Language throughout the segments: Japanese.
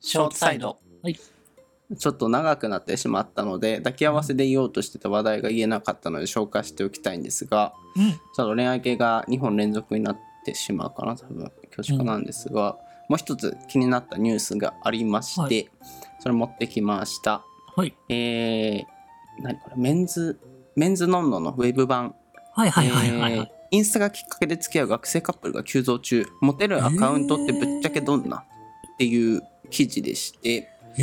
ショートサイド。ちょっと長くなってしまったので抱き合わせで言おうとしてた話題が言えなかったので紹介しておきたいんですがうん。ちょっと恋愛系が2本連続になってしまうかな多分恐縮なんですが、もう一つ気になったニュースがありまして、はいそれ持ってきましたはい。えー、何これメンズメンズノンノのウェブ版はいはいはいはい、えはーい。インスタがきっかけで付き合う学生カップルが急増中モテるアカウントってぶっちゃけどんなっていう記事でして、えー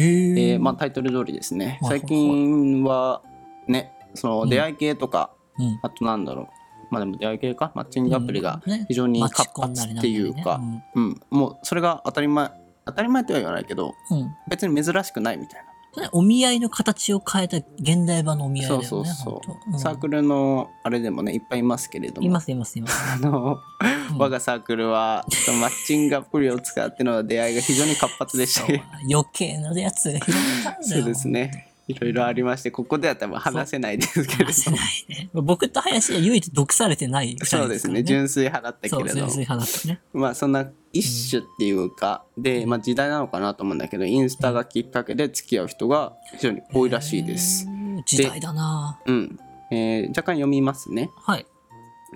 えーまあ、タイトル通りですねはいはいはい最近はねそのん出会い系とか、うんあとなんだろうまあでも出会い系かマッチングアプリがうんね非常に活発っていうか、マチコンなりなんなりねうんもうそれが当たり前当たり前とは言わないけどうん。うん別に珍しくないみたいなそれお見合いの形を変えた現代版のお見合いだよね。そうそうそうほんとんサークルのあれでもねいっぱいいますけれどもいますいますいます。あの、うん我がサークルはちょっとマッチングアプリを使っての出会いが非常に活発でしそうて余計なやつが広がった んだそよ。うです。ねいろいろありましてここでは多分話せないですけれど話せないね。僕と林は唯一毒されてない、そうですね純粋派だったけそう、れど純粋派だったね。まあそんな一種っていうか、で、まあ、時代なのかなと思うんだけどインスタがきっかけで付き合う人が非常に多いらしいですへ。ー。時代だなうんえー若干読みますね。はい。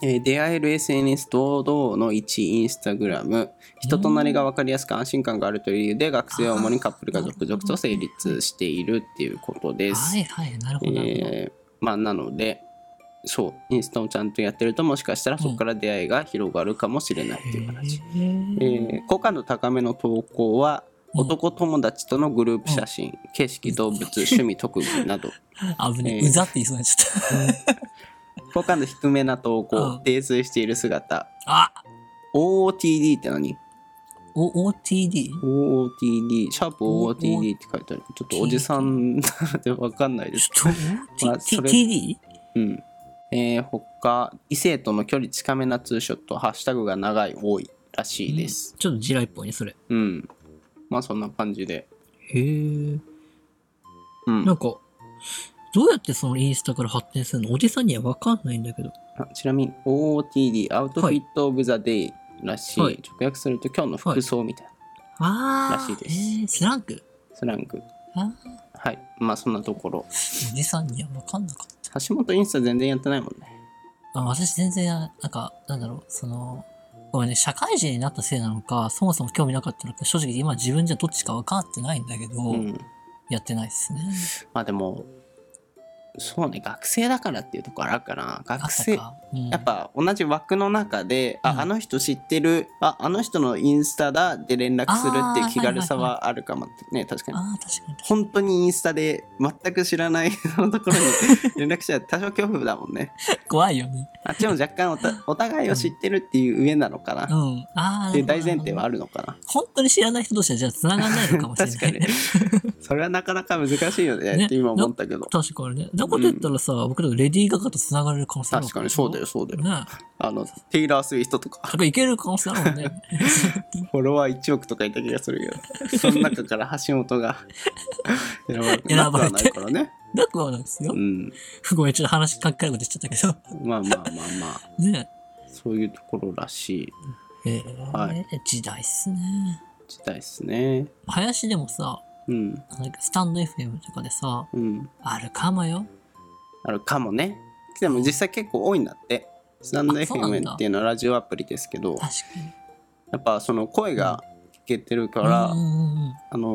えー出会える SNS 堂々の1インスタグラム人となりが分かりやすく安心感があるという理由で学生を主にカップルが続々と成立しているっていうことですは。いはい、なるほど。なるほどえーまあなのでそうインスタをちゃんとやってるともしかしたらそこから出会いが広がるかもしれないっていう形。へーえー好感度高めの投稿はうん男友達とのグループ写真、景色動物趣味特技など危ねえーえ。うざって言いそうになっちゃった。好感度低めな投稿、うん泥酔している姿あ OOTD って何お OOTD? OOTD、シャープ OOTD って書いてある。ちょっとおじさんなのでわかんないです。ちょっと、まあ T- それ TD? うん。えー、他、異性との距離近めなツーショット、ハッシュタグが長い、多いらしいです。ちょっと地雷っぽいね、それ。うん。まあそんな感じで。へえ。うんな。んか、どうやってそのインスタから発展するのおじさんにはわかんないんだけど。あちなみに OOTD、アウトフィット・オブ・ザ・デイらしい。はい直訳すると今日の服装みたいな、あーらしいですへースラングスラング。あーはい。まあそんなところ。おじさんにはわかんなかった。橋本インスタ全然やってないもんね。あ私全然、なんか、なんだろう、その、ごめんね、社会人になったせいなのか、そもそも興味なかったのか、正直今自分じゃどっちか分かってないんだけど、うん。やってないですね。まあでも、そうね、学生だからっていうところあるかな。あ学った生、か。うんやっ、ぱ同じ枠の中で、うんああの人知ってるああの人のインスタだで連絡するっていう気軽さはあるかもね、確かにああ、確かに確かに。本当にインスタで全く知らない そのところに連絡したら多少恐怖だもんね怖いよね。あっちも若干おたお互いを知ってるっていう上なのかな、うっん。ああ。ていう大前提はなるあるのかなほど本当に知らない人同士はじゃあ繋がんないのかもしれない。確かにそれはなかなか難しいよねねって今思ったけど確かにね。なこと言ったらさ、僕らレディー・ガガと繋がれる可能性ある確かにそうだよ。よそうだよねあのテイラー・スウィフトとかそれいける可能性あるもん ね。フォロワー1億とかいた気がするけど、その中から橋本 が選ばれてなくはないからね。なくはないですよう。ん。ごめん、ちょっと話かっかいこと言っちゃったけまあまあまあまあ、ど。ねそういうところらしいえ。へーはい時代っすね。時代ですね。林でもさ、うん。なんかスタンド FM とかでさ、うん。あるかもよ。あるかもね。でも実際結構多いんだって。スタンドあそうなんだ FM っていうのはラジオアプリですけど、確かに。やっぱその声が聞けてるから、うんうんあの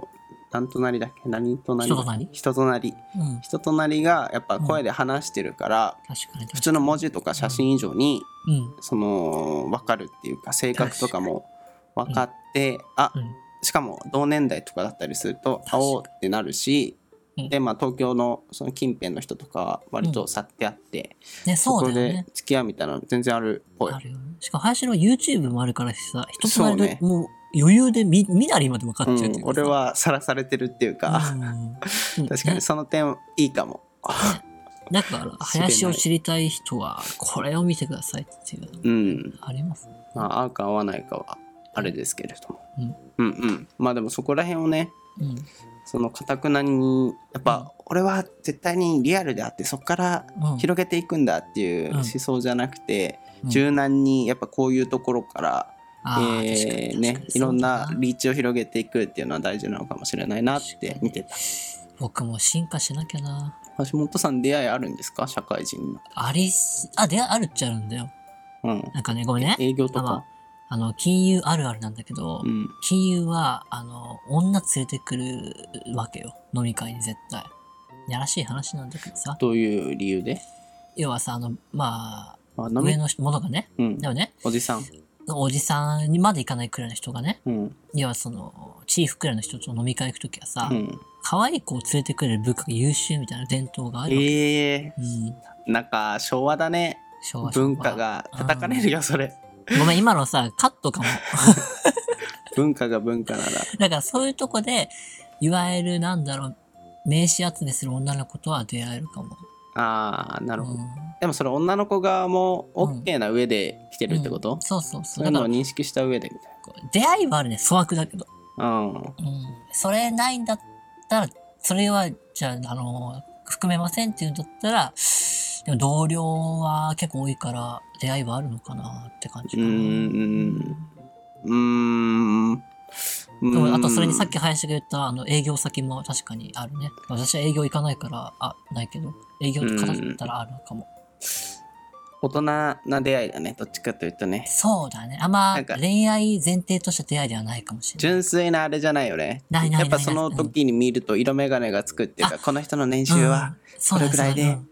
ー、なんとなりだっけ何となり人となり人となりうん。うん。人となりがやっぱ声で話してるから、確かに。普通の文字とか写真以上にうん。その分かるっていうか性格とかも分かってあうん。しかも同年代とかだったりすると確か会におうってなるしうんでまあ東京のその近辺の人とかは割と去ってあって、ね、そうこだよでね。付き合うみたいなの全然あるっぽいあるよね。しかも林の YouTube もあるからさ、人となりそうでねもう余裕でみ、みなりまで分かっちゃう、うっていうんかさ俺、はさらされてるっていうか、うん 確かにその点いいかも、だか知れら、ない林を知りたい人は、これを見てくださいっていうのうんありますね。まあ合うか合わないかはあれですけれども、うんうんうんまあでもそこら辺をねうん。そのかたくなにやっぱ俺は絶対にリアルであってそこからうん広げていくんだっていううん思想じゃなくて、うん柔軟にやっぱこういうところからああ、え確かに確かーにね、いろんなそうだリーチを広げていくっていうのは大事なのかもしれないなって見てた僕も進化しなきゃな。橋本さん出会いあるんですか社会人の、ありす、あ、出会いあるっちゃあるんだよ。うん、なんかね、ごめんね。営業とあかま、あの、金融あるあるなんだけど、うん、金融は、あの、女連れてくるわけよ。飲み会に絶対。やらしい話なんだけどさ。どういう理由で要はさ、あの、あまあ、飲上み、の人ものがね、うん、でもね、おじさん、おじさんにまで行かないくらいの人がね、うん要はその、チーフくらいの人と飲み会行くときはさ、うん、可愛い子を連れてくれる部下が優秀みたいな伝統があるわけ。ええうん。ー、なんか昭和だね昭和昭和文化が叩かれるよそれごめん、今のさ、カットかも。文化が文化ならだからそういうとこで、いわゆるなんだろう、名刺集めする女の子とは出会えるかも。ああなるほど、うんでもそれ女の子側も OK な上で来てるってこと、うんそうそうそそうう。いうだのかをら、認識した上でみたい出会いはあるね、粗悪だけど。なうんうん。それないんだったら、それは、じゃあ、あの、含めませんっていうんだったら、でも同僚は結構多いから、出会いはあるのかなって感じかな。うーんうーんうでーんもあとそれにさっき林が言ったあの営業先も確かにあるね。私は営業行かないから、あ、ないけど、営業とかだったらあるのかも。大人な出会いだねどっちかというとねそうだね。あんまなんか恋愛前提とした出会いではないかもしれない。純粋なあれじゃないよねないないないやっぱその時に見ると色眼鏡がつくっていうか、この人の年収は、そこれくらいでそうだそうだ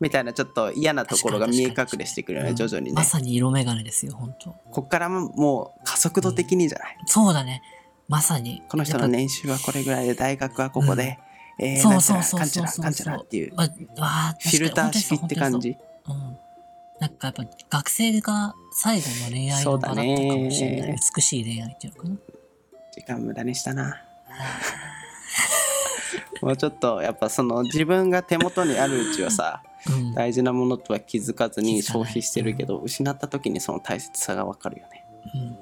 みたいなちょっと嫌なところが見え隠れしてくるよね確徐か々にねま、さに色眼鏡ですよ、本当こっからももう加速度的にじゃない、そうだね。まさに。この人の年収はこれぐらいで大学はここで、えーそなんうちゃそうらそうかんちゃらそうそうかんちゃらっていうやっぱ。まわあフィルター式って感。確かに本当にじそう本当にそううん。なんかやっぱ学生が最後の恋愛の場だったかもしれそうだない。ね美しい恋愛っていうのかな。時間無駄にした なもうちょっとやっぱその自分が手元にあるうちはさうん。大事なものとは気づかずに気づかない消費してるけど失った時にその大切さがわかるよねうん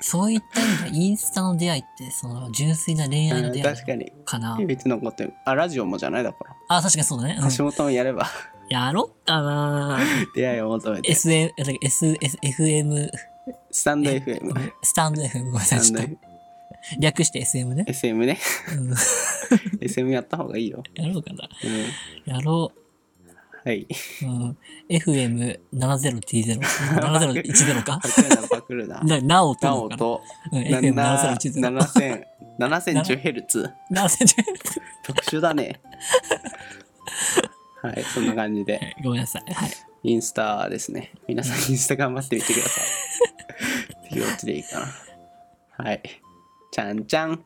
そういった意味ではインスタの出会いってその純粋な恋愛のうん出会確かいにかな、別のことあラジオもじゃないだからあ確かにそうだね、うん橋本もやれば やろっかな出会いを求めて SM S S FM スタンドえ FM スタンド FM ごめんなさいスちょタっンとド略して SM ね、 SM ね うん SM やった方がいいよ、やろうかなうん、やろ、はいううん、FM70T07010 パかクるなパクるなななおとななのおかな、とうん、FM7010 7010 7010Hz 特殊だ ねはいそんな感じでごめんなさいはいインスタですね皆さんインスタ頑張ってみてください っていうオチでいいかなはいちゃんちゃん